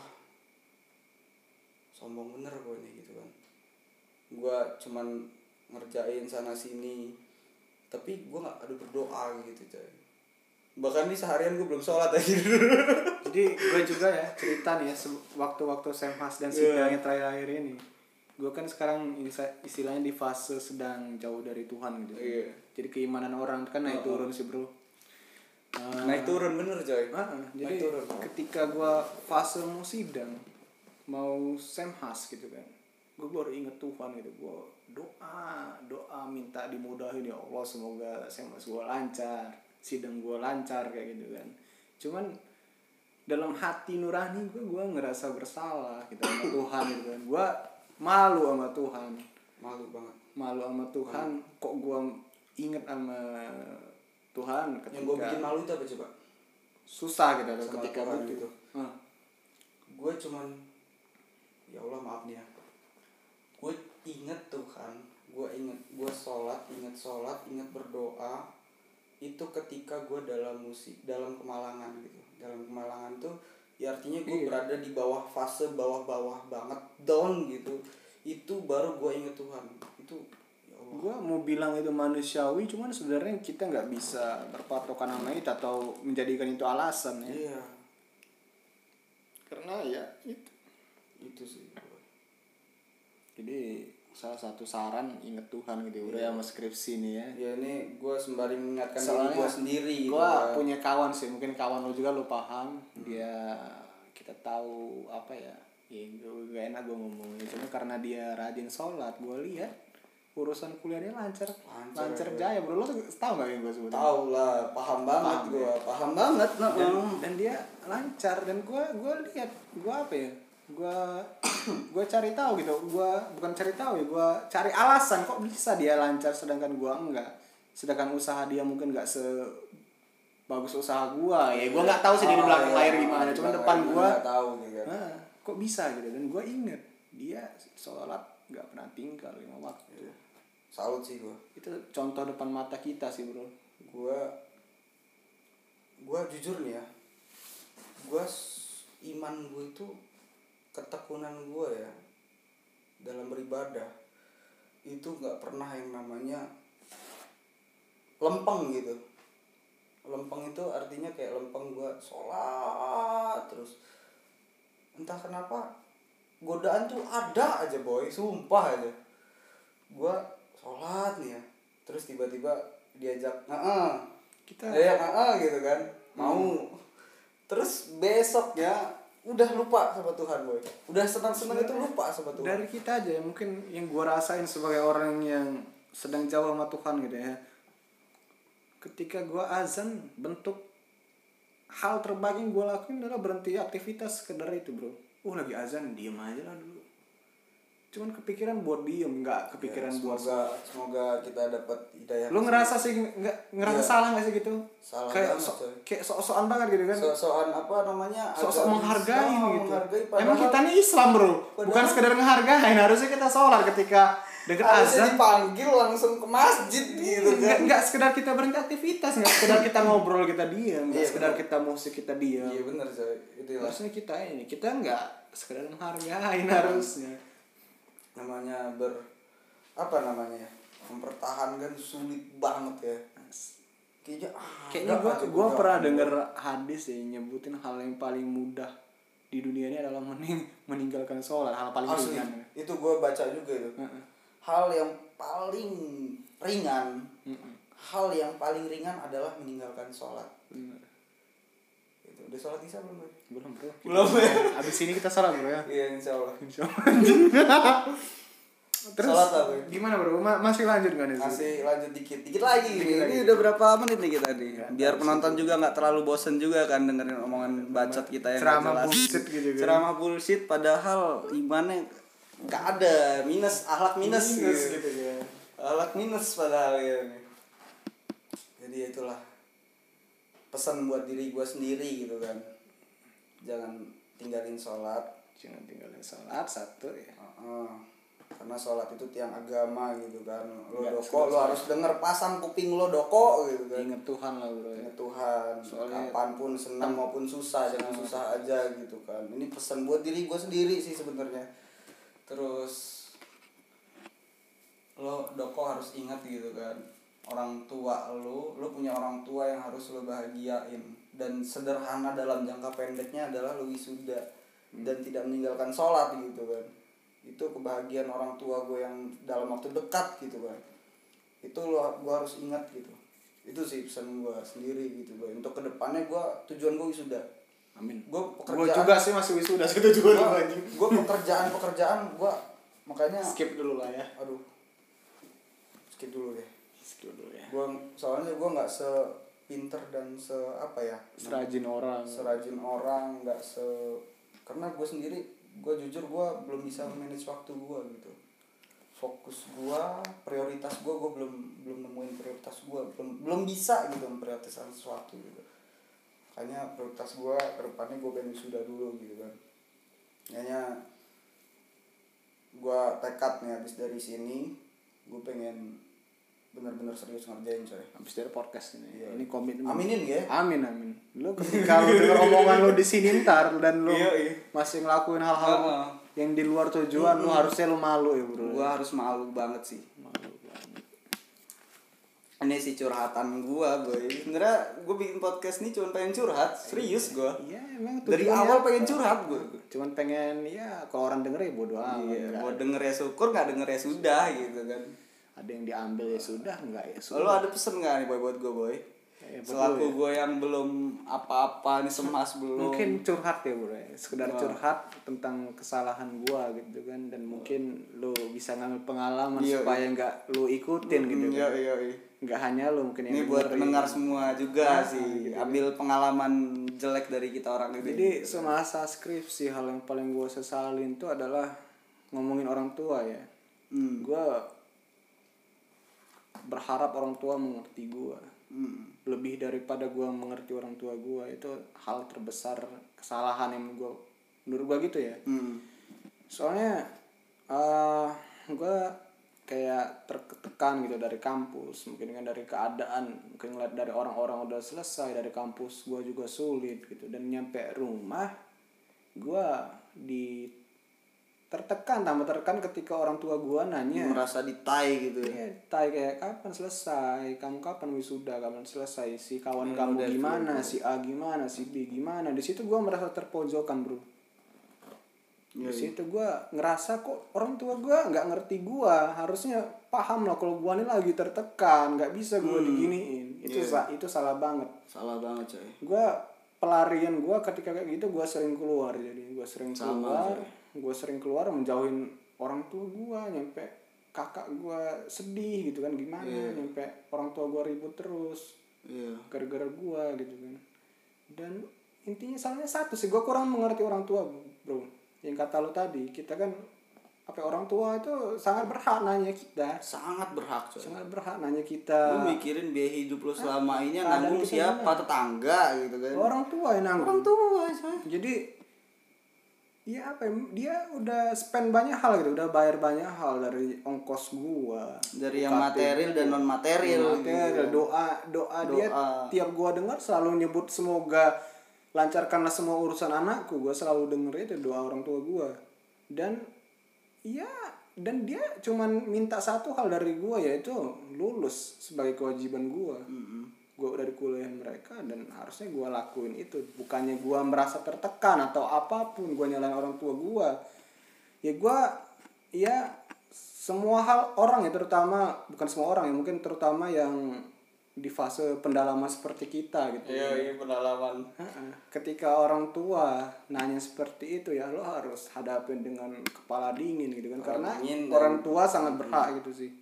S1: sombong bener gue nih gitu kan gue cuman ngerjain sana sini tapi gue nggak ada berdoa gitu coy bahkan nih seharian gue belum sholat aja
S2: Jadi gue juga ya cerita nih ya se- waktu-waktu semhas dan sidangnya terakhir-akhir ini. Gue kan sekarang insa- istilahnya di fase sedang jauh dari Tuhan gitu.
S1: Iya.
S2: Jadi keimanan orang kan naik turun sih bro. Eh,
S1: naik turun bener coy
S2: ah, jadi
S1: naik turun
S2: ketika gue fase mau sidang, mau semhas gitu kan, gue baru inget Tuhan gitu. Gue doa, doa minta dimudahin ya Allah semoga semhas gue lancar, sidang gue lancar kayak gitu kan. Cuman dalam hati nurani gue gue ngerasa bersalah gitu sama Tuhan gitu kan gue malu sama Tuhan
S1: malu banget
S2: malu sama Tuhan kok gue inget sama Tuhan ketika
S1: yang gue bikin malu itu apa coba
S2: susah gitu loh,
S1: Sama
S2: ketika
S1: Tuhan
S2: butuh
S1: gitu.
S2: Hah.
S1: gue cuman ya Allah maaf nih ya gue inget tuh kan gue inget gue sholat inget sholat inget berdoa itu ketika gue dalam musik dalam kemalangan gitu dalam kemalangan tuh ya artinya gue
S2: Iya.
S1: berada di bawah fase bawah-bawah banget down gitu itu baru gue inget Tuhan itu ya Allah
S2: Gua mau bilang itu manusiawi, cuman sebenarnya kita nggak bisa berpatokan sama itu atau menjadikan itu alasan ya.
S1: iya
S2: Karena ya itu.
S1: itu sih gua.
S2: Jadi salah satu saran inget Tuhan gitu ya. udah ya sama skripsi nih ya.
S1: ya ini gue sembari mengingatkan diri
S2: Soalnya
S1: gue sendiri gitu
S2: Gua
S1: kan.
S2: punya kawan sih, mungkin kawan lo juga lo paham. Dia kita tahu apa ya. Ya, gue gak enak gue ngomongnya cuma karena dia rajin sholat gue lihat urusan kuliahnya lancar
S1: Lancar,
S2: lancar, ya. jaya bro lo tuh tau gak yang gue sebutin
S1: tahu lah paham banget
S2: Paham, ya.
S1: gue paham banget nah,
S2: dan,
S1: eh.
S2: dan dia lancar dan gue gue lihat gue apa ya gue gue cari tahu gitu gue bukan cari tahu ya gue cari alasan kok bisa dia lancar sedangkan gue enggak sedangkan usaha dia mungkin nggak se bagus usaha gue ya gue nggak tahu sih
S1: Ah,
S2: dari belakang
S1: iya,
S2: layar
S1: iya,
S2: gimana
S1: di
S2: cuman
S1: belakang
S2: depan
S1: layar
S2: gue
S1: nggak tahu gitu kan.
S2: "Hah, kok bisa gitu dan gue inget dia sholat nggak pernah tinggal lima waktu
S1: Iya. salut sih gue
S2: itu contoh depan mata kita sih bro
S1: gue gue jujur nih ya gue iman gue itu ketekunan gue ya dalam beribadah itu nggak pernah yang namanya lempeng gitu lempeng itu artinya kayak lempeng gue sholat terus entah kenapa godaan tuh ada aja boy sumpah aja gue sholat nih ya terus tiba-tiba diajak nah
S2: kita
S1: ya gitu kan mau
S2: Hmm.
S1: terus besok ya udah lupa sama Tuhan boy udah senang senang itu lupa sama Tuhan
S2: dari kita aja ya mungkin yang gua rasain sebagai orang yang sedang jauh sama Tuhan gitu ya ketika gua azan bentuk hal terbaik yang gua lakuin adalah berhenti aktivitas sekedar itu bro oh lagi azan diem aja lah dulu cuman kepikiran buat diem nggak kepikiran
S1: Ya,
S2: buat
S1: semoga semoga kita dapat hidayah
S2: lu ngerasa sih nggak ngerasa
S1: Iya.
S2: salah nggak sih gitu
S1: Salah
S2: kayak
S1: banget,
S2: sok
S1: coy.
S2: kayak sok-sokan banget gitu kan
S1: soal apa namanya
S2: sok-sok
S1: agak
S2: menghargai
S1: Islam,
S2: gitu.
S1: menghargai
S2: Emang
S1: padahal-
S2: kita nih Islam bro, bukan
S1: padahal-
S2: sekedar menghargain. Harusnya kita sholat ketika deket
S1: Harusnya
S2: azan.
S1: dipanggil langsung ke masjid gitu kan
S2: Nggak, nggak sekedar kita beraktivitas, nggak sekedar kita ngobrol kita diam, nggak
S1: Iya,
S2: sekedar
S1: benar.
S2: kita musik kita diam.
S1: iya bener coy itu lah
S2: Harusnya kita ini, kita nggak sekedar
S1: Iya.
S2: menghargain harusnya.
S1: namanya ber apa namanya ya mempertahankan sulit banget ya kayaknya ah,
S2: Kayaknya
S1: nggak
S2: gua
S1: aja
S2: gua
S1: nggak
S2: pernah
S1: aja.
S2: denger hadis ya nyebutin hal yang paling mudah di dunia ini adalah mening meninggalkan sholat hal paling
S1: Asli,
S2: ringan.
S1: Oh,
S2: ya.
S1: itu gue baca juga itu
S2: Heeh.
S1: hal yang paling ringan hal yang paling ringan adalah meninggalkan sholat
S2: Bener.
S1: Gitu. udah sholat isya belum Boy?
S2: Belum bro. Kita-
S1: Belum, ya?
S2: Abis ini kita sholat bro ya.
S1: iya insya Allah
S2: Insya Allah, anjing. Terus
S1: Salat apa ya?
S2: gimana bro? Ma- masih lanjut nggak nih? Zul?
S1: masih lanjut dikit dikit lagi
S2: Dikit
S1: nih.
S2: lagi.
S1: ini udah berapa menit nih kita nih biar penonton juga nggak terlalu bosen juga kan dengerin omongan bacot kita yang nggak
S2: Iya, Ceramah
S1: jelas.
S2: bullshit gitu kan.
S1: ceramah bullshit padahal imannya nggak ada minus ahlak minus,
S2: Minus
S1: gitu.
S2: gitu ya.
S1: alat minus padahal ya jadi ya itulah pesan buat diri gue sendiri gitu kan jangan tinggalin sholat
S2: Jangan tinggalin sholat satu ya.
S1: Heeh. karena sholat itu tiang agama gitu kan lo
S2: Nggak,
S1: doko lo harus denger pasang kuping lo doko gitu kan
S2: Ingat Tuhan lah bro ya.
S1: Ingat Tuhan
S2: Soalnya-
S1: kapanpun senang maupun susah jangan susah aja gitu kan ini pesan buat diri gue sendiri sih sebenarnya terus lo doko harus ingat gitu kan orang tua lo lo punya orang tua yang harus lo bahagiain dan sederhana dalam jangka pendeknya adalah lo wisuda
S2: Hmm.
S1: dan tidak meninggalkan sholat gitu kan itu kebahagiaan orang tua gue yang dalam waktu dekat gitu kan itu lo gue harus ingat gitu itu sih pesan gue sendiri gitu gue untuk kedepannya gue tujuan gue wisuda
S2: Amin.
S1: gue
S2: Gue
S1: pekerjaan
S2: juga sih masih wisuda segitu juga tuh, anjing.
S1: gue pekerjaan pekerjaan gue makanya
S2: Skip dulu lah ya.
S1: aduh skip dulu deh
S2: Skip dulu ya.
S1: gua soalnya gua nggak sepinter dan se apa ya
S2: Serajin orang.
S1: serajin orang nggak se karena gue sendiri gue jujur gue belum bisa manage waktu gue gitu fokus gue prioritas gue gue belum belum nemuin prioritas gue belum belum bisa gitu memprioritaskan sesuatu gitu makanya prioritas gue kedepannya gue pengen sudah dulu gitu kan tekad nih habis dari sini gue pengen bener-bener serius ngerjain coy
S2: Habis dari podcast ini.
S1: Iya.
S2: Ini komitmen.
S1: aminin ya
S2: Amin amin. Lu ketika lu denger omongan lu di sini ntar dan lu
S1: Iya, iya.
S2: masih ngelakuin hal-hal
S1: Heeh.
S2: yang di luar tujuan lu harusnya lu malu ya bro.
S1: gue harus malu banget sih
S2: Malu banget.
S1: ini sih curhatan gue boy sebenernya gue bikin podcast nih cuma pengen curhat serius gue
S2: Iya emang
S1: dari
S2: tujuannya
S1: awal
S2: apa?
S1: pengen curhat gue
S2: Cuman pengen ya kalau orang denger ya bodo amat.
S1: iya
S2: Nggak-
S1: mau denger ya syukur nggak denger ya sudah gitu kan
S2: Ada yang diambil ya sudah enggak ya sudah.
S1: lo ada pesen nggak nih boy buat gue boy
S2: Eh, buat
S1: selaku gue yang belum apa-apa nih semas belum
S2: mungkin curhat ya bro ya. sekedar curhat tentang kesalahan gua gitu kan dan mungkin lu bisa ngambil pengalaman
S1: Iya,
S2: supaya nggak lu ikutin gitu
S1: Hmm,
S2: kan
S1: iya iya iya
S2: nggak hanya lu mungkin yang
S1: ini buat
S2: dengerin.
S1: pendengar semua
S2: Ah,
S1: juga sih ambil pengalaman jelek dari kita orang ini
S2: gitu ya.
S1: iya.
S2: jadi semasa skripsi hal yang paling gua sesalin tuh adalah ngomongin orang tua ya
S1: Hmm.
S2: gua berharap orang tua mengerti gua
S1: Hmm.
S2: lebih daripada gua mengerti orang tua gua itu hal terbesar kesalahan yang gua menurut gua gitu ya
S1: Hmm.
S2: soalnya eh gue kayak tertekan gitu dari kampus mungkin kan dari keadaan mungkin ngeliat dari orang-orang udah selesai dari kampus gue juga sulit gitu dan nyampe rumah gue di tertekan tambah tertekan ketika orang tua gue nanya
S1: merasa ditai gitu ya
S2: Iya, tai kayak kapan selesai? Kamu kapan wisuda? Kapan selesai? Si kawan
S1: Hmm,
S2: kamu
S1: udah
S2: gimana? Si A gimana? Si B gimana? Di situ gua merasa terpojokan, Bro. Di situ gua ngerasa kok orang tua gua nggak ngerti gua. Harusnya paham lah kalau gua ini lagi tertekan, nggak bisa gua diginiin. Itu sa- itu salah banget.
S1: salah banget coy
S2: Gua pelarian gua ketika kayak gitu gua sering keluar jadi gua sering keluar. Gua sering keluar menjauhin orang tua gua nyampe kakak gua sedih gitu kan gimana nyampe orang tua gua ribut terus
S1: iya
S2: gara-gara gua gitu kan. Dan intinya salahnya satu sih gua kurang mengerti orang tua, Bro. Yang kata lu tadi, kita kan apa ya, orang tua itu sangat berhak nanya kita.
S1: sangat berhak coy
S2: Sangat berhak nanya kita.
S1: lu mikirin biaya hidup lu selama ini yang
S2: ada
S1: nanggung
S2: urusan
S1: siapa tetangga gitu kan
S2: Orang tua yang nanggung.
S1: orang tua coy
S2: jadi ya apa ya, dia udah spend banyak hal gitu udah bayar banyak hal dari ongkos gua
S1: dari yang material dan non material
S2: material doa, doa dia tiap gua dengar selalu nyebut semoga lancarkanlah semua urusan anakku gua selalu denger itu doa orang tua gua dan ya dan dia cuman minta satu hal dari gua yaitu lulus sebagai kewajiban gua gue dari kuliah mereka dan harusnya gue lakuin itu bukannya gue merasa tertekan atau apapun gue nyalain orang tua gue ya gue ya semua hal orang ya terutama bukan semua orang ya mungkin terutama yang di fase pendalaman seperti kita gitu
S1: iya iya pengalaman
S2: Ha-ha. ketika orang tua nanya seperti itu ya lo harus hadapin dengan kepala dingin gitu kan karena
S1: dingin dan- Hmm.
S2: orang tua sangat berhak gitu sih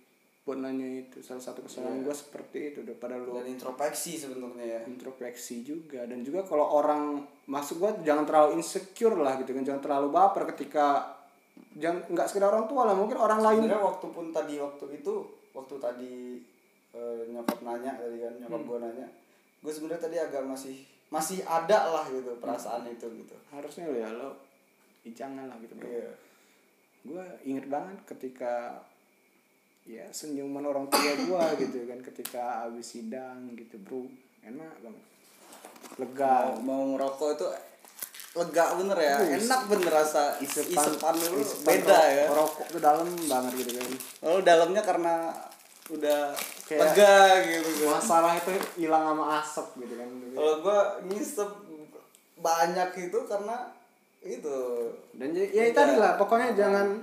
S2: buat nanya itu salah satu
S1: Iya.
S2: kesalahan gue seperti itu daripada lo
S1: dan introspeksi sebenarnya ya
S2: introspeksi juga dan juga kalau orang masuk gua jangan terlalu insecure lah gitu kan jangan terlalu baper ketika jangan nggak sekedar orang tua lah mungkin orang lain
S1: sebenarnya waktu pun tadi waktu itu waktu tadi eh, nyokap nanya tadi kan nyokap gue nanya gue sebenarnya tadi agak masih masih ada lah gitu perasaan itu gitu
S2: harusnya lo ya lo ih, jangan lah gitu bro
S1: iya
S2: gue inget banget ketika ya senyuman orang tua gua gitu kan ketika habis sidang gitu bro enak banget lega
S1: mau, mau ngerokok itu lega bener ya enak bener rasa isepan lu
S2: isipan
S1: beda
S2: ro-
S1: ya
S2: rokok tuh dalam banget gitu kan
S1: lalu dalamnya karena udah
S2: Kayak-
S1: lega gitu kan.
S2: masalah itu hilang sama asap gitu kan
S1: kalau gue ngisep banyak itu karena itu
S2: dan jadi- ya itu lah pokoknya jangan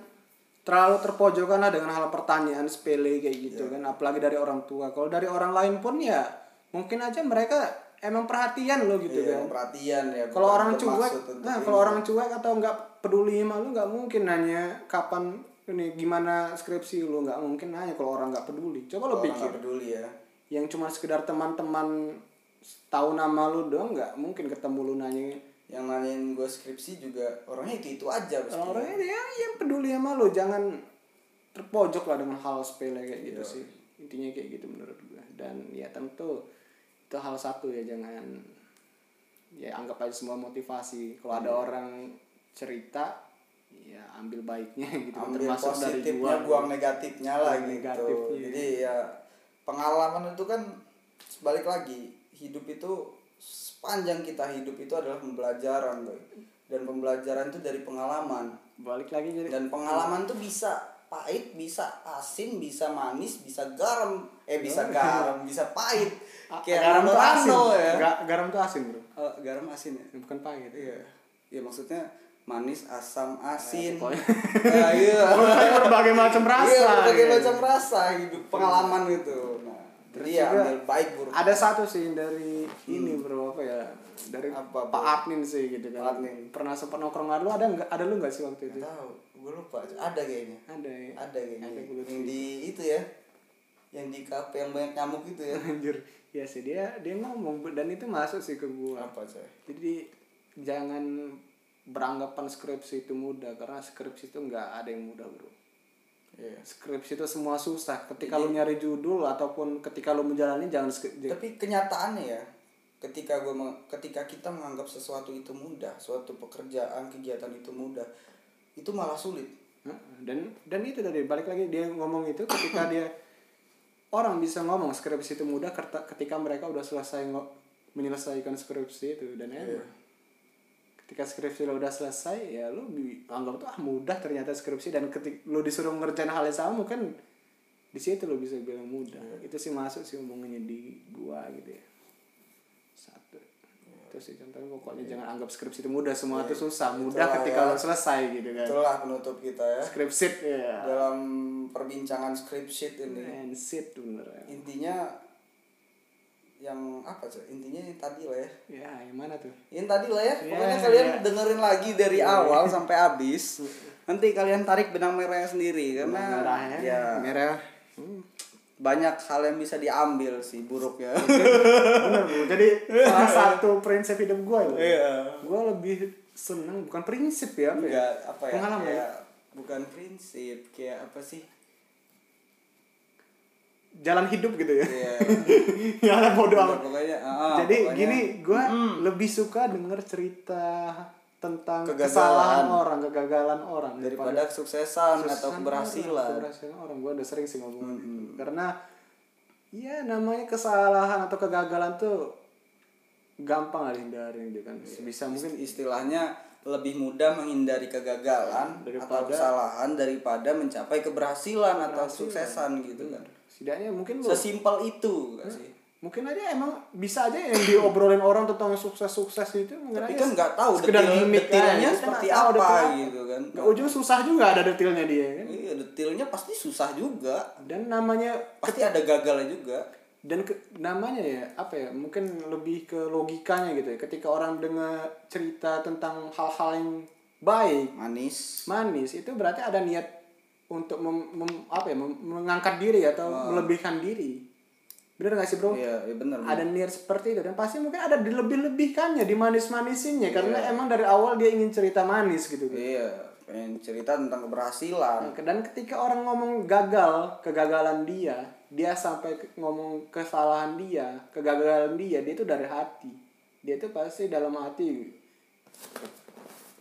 S2: terlalu terpojokan lah dengan hal pertanyaan sepele kayak
S1: Iya.
S2: gitu kan apalagi dari orang tua kalau dari orang lain pun ya mungkin aja mereka emang perhatian lo gitu
S1: Iya,
S2: kan
S1: perhatian ya
S2: kalau
S1: bukan
S2: orang
S1: bermaksud
S2: cuek
S1: untuk
S2: nah
S1: ini.
S2: kalau orang cuek atau nggak peduli sama lu nggak mungkin nanya kapan ini gimana skripsi lu nggak mungkin nanya kalau orang nggak peduli coba lu
S1: Orang
S2: pikir
S1: nggak peduli ya
S2: yang cuma sekedar teman-teman tahu nama lu doang nggak mungkin ketemu lu nanya
S1: yang nanyain gue skripsi juga orangnya itu itu aja pasti
S2: orang-orang ya yang peduli sama lo jangan terpojok lah dengan hal sepele kayak gitu
S1: Iya.
S2: sih intinya kayak gitu menurut gue dan ya tentu itu hal satu ya jangan
S1: Iya.
S2: ya anggap aja semua motivasi kalau ada orang cerita ya ambil baiknya gitu kan,
S1: ambil
S2: termasuk dari
S1: positifnya
S2: gua
S1: buang negatifnya lah
S2: Buang
S1: gitu
S2: negatifnya.
S1: jadi ya pengalaman itu kan sebalik lagi hidup itu sepanjang kita hidup itu adalah pembelajaran Boy. dan pembelajaran itu dari pengalaman
S2: balik lagi jadi
S1: dan pengalaman tuh bisa pahit bisa asin bisa manis bisa garam eh bisa garam bisa pahit
S2: Oh. A-
S1: kayak garam
S2: asin
S1: ya
S2: Ga- garam tuh asin bro
S1: Eh, garam asin ya
S2: bukan pahit
S1: iya ya maksudnya manis asam asin
S2: Eh, pokoknya.
S1: Ya, iya
S2: berbagai macam rasa
S1: Iya, berbagai
S2: gitu.
S1: macam rasa hidup pengalaman gitu. Nah,
S2: Terus
S1: jadi ya
S2: juga
S1: ambil baik buruk.
S2: ada satu sih dari ini bro apa ya dari
S1: Hmm. Apa,
S2: Pak
S1: bro?
S2: Admin sih gitu kan
S1: Pak Admin.
S2: pernah sempat nongkrong lu ada nggak ada lu nggak sih waktu itu
S1: Nggak tahu, gue lupa. Ada kayaknya.
S2: ada ya
S1: Ada kayaknya.
S2: Ada gue liat
S1: yang di itu ya. Yang di kafe yang banyak nyamuk itu ya.
S2: anjir ya sih dia dia ngomong dan itu masuk sih ke gua
S1: Apa coy?
S2: jadi jangan beranggapan skripsi itu mudah karena skripsi itu nggak ada yang mudah bro
S1: Iya.
S2: skripsi itu semua susah ketika lu nyari judul ataupun ketika lu menjalani jangan skri- j-
S1: Tapi kenyataannya ya, ketika gue ketika kita menganggap sesuatu itu mudah, suatu pekerjaan, kegiatan itu mudah, itu malah sulit.
S2: Heeh, dan dan itu tadi balik lagi dia ngomong itu ketika dia orang bisa ngomong skripsi itu mudah kerta- ketika mereka udah selesai ngo- menyelesaikan skripsi itu dan emang ketika skripsi lo udah selesai ya lo bi- anggap tuh ah mudah ternyata skripsi dan ketika lo disuruh ngerjain hal yang sama kan di situ lo bisa bilang mudah itu sih masuk sih omongannya di gua gitu ya satu itu sih contohnya pokoknya jangan anggap skripsi itu mudah semua itu susah mudah
S1: Itulah
S2: ketika
S1: ya.
S2: lo selesai gitu kan
S1: Itulah penutup kita ya
S2: skripsi ya
S1: dalam perbincangan script sheet ini.
S2: and sit bener ya.
S1: intinya yang apa sih intinya yang tadi lah ya
S2: ya yang mana tuh
S1: yang tadi lah ya
S2: Iya,
S1: pokoknya kalian
S2: iya.
S1: dengerin lagi dari awal sampai habis nanti kalian tarik benang merahnya sendiri karena
S2: merah ya,
S1: ya
S2: merah Hmm.
S1: banyak hal yang bisa diambil sih buruk ya
S2: bener Bu. jadi salah satu prinsip hidup gue loh
S1: iya
S2: gue lebih seneng bukan prinsip ya apa ya
S1: enggak apa ya
S2: Pengalaman
S1: kayak bukan prinsip kayak apa sih
S2: jalan hidup gitu ya
S1: Iya.
S2: jalan bodoh amat
S1: pokoknya ah,
S2: jadi
S1: pokoknya Hmm.
S2: gini gue lebih suka denger cerita tentang
S1: Kegagalan.
S2: kesalahan orang kegagalan orang
S1: daripada kesuksesan atau
S2: Kesan
S1: keberhasilan
S2: orang, keberhasilan orang gue udah sering sih ngomong itu. karena ya namanya kesalahan atau kegagalan tuh gampang lah dihindarin gitu
S1: Iya.
S2: kan sebisa mungkin
S1: mungkin istilahnya lebih mudah menghindari kegagalan atau
S2: Daripada-
S1: kesalahan daripada mencapai keberhasilan atau suksesan gitu kan
S2: setidaknya mungkin lu-
S1: sesimpel itu nggak sih
S2: mungkin aja emang bisa aja yang diobrolin orang tentang sukses sukses itu mungkin
S1: tapi
S2: aja
S1: kan nggak tahu
S2: sekedar
S1: detil-
S2: gimmick aja. Kita
S1: detilnya
S2: nggak
S1: seperti
S2: tahu
S1: apa
S2: detil
S1: gitu kan
S2: ke ujung susah juga ada detailnya dia kan
S1: iya detilnya pasti susah juga
S2: dan namanya
S1: pasti ada gagalnya juga
S2: dan ke- namanya ya apa ya mungkin lebih ke logikanya gitu ya ketika orang dengar cerita tentang hal-hal yang baik
S1: manis
S2: manis itu berarti ada niat untuk mem- mem- apa ya mem- mengangkat diri atau melebihkan diri bener gak sih bro
S1: iya ya benar
S2: ada niat seperti itu dan pasti mungkin ada dilebih-lebihkannya dimanis-manisinnya karena emang dari awal dia ingin cerita manis gitu kan.
S1: iya pengen cerita tentang keberhasilan
S2: dan ketika orang ngomong gagal kegagalan dia dia sampai ke- ngomong kesalahan dia kegagalan dia dia itu dari hati dia itu pasti dalam hati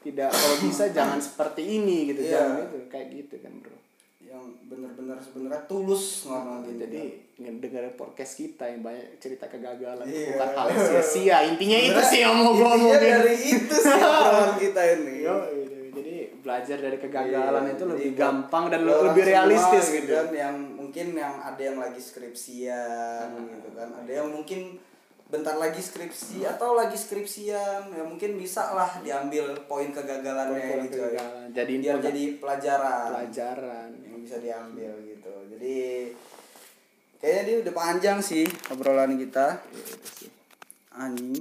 S2: tidak kalau bisa jangan seperti ini gitu
S1: Iya.
S2: jangan itu kayak gitu kan bro
S1: yang benar-benar sebenarnya tulus ngomong gitu
S2: jadi dengerin podcast kita yang banyak cerita kegagalan
S1: Iya.
S2: bukan hal yang sia-sia intinya itu sih yang mau gue
S1: Intinya
S2: omongin
S1: dari itu sih obrolan kita ini
S2: Yo, gitu. jadi belajar dari kegagalan
S1: Iya,
S2: itu
S1: jadi
S2: lebih
S1: buat
S2: gampang dan
S1: orang
S2: lebih
S1: semua
S2: realistis gitu.
S1: kan yang mungkin yang ada yang lagi skripsian
S2: Hmm.
S1: gitu kan ada yang mungkin bentar lagi skripsi atau lagi skripsian ya mungkin bisa lah diambil poin kegagalannya gitu ya.
S2: Kegagalan. Jadi
S1: biar
S2: jadi
S1: jadi pelajaran
S2: pelajaran.
S1: yang bisa diambil gitu jadi kayaknya dia udah panjang sih obrolan kita anjing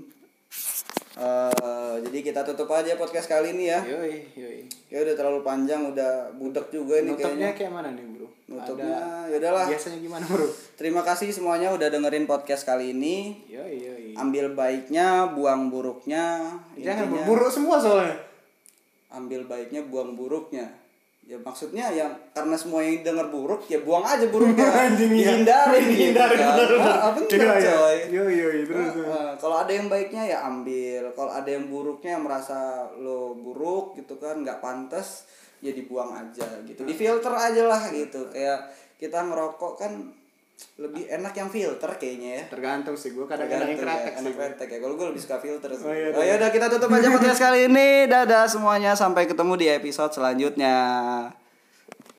S1: Eh, jadi kita tutup aja podcast kali ini ya
S2: Yoi, yoi.
S1: ya udah terlalu panjang udah budek juga ini kayaknya
S2: Nutupnya kayak mana nih, Bro? Ada-
S1: nutupnya ya udahlah
S2: Biasanya gimana, Bro?
S1: terima kasih semuanya udah dengerin podcast kali ini
S2: Yoi, yoi.
S1: ambil baiknya buang buruknya
S2: Jangan
S1: Intinya,
S2: berburu semua soalnya.
S1: ambil baiknya buang buruknya ya maksudnya yang karena semua yang denger buruk ya buang aja buruknya
S2: Anjing, iya.
S1: dihindarin gitu
S2: Dihindarin, bener, bener.
S1: Ah, ah, bener,
S2: Iya, iya.
S1: coy
S2: Iya, iya, iya, terus,
S1: Ah,
S2: terus.
S1: ah, kalau ada yang baiknya ya ambil kalau ada yang buruknya yang merasa lo buruk gitu kan nggak pantas ya dibuang aja
S2: Nah.
S1: gitu difilter aja lah gitu kayak kita ngerokok kan lebih enak yang filter kayaknya ya
S2: tergantung sih gue kadang-kadang yang kretek sih
S1: Anak kretek ya. Kalau gue lebih suka filter sih.
S2: Oh, iya,
S1: Oh, yaudah kita tutup aja podcast kali ini. Dadah semuanya. Sampai ketemu di episode selanjutnya.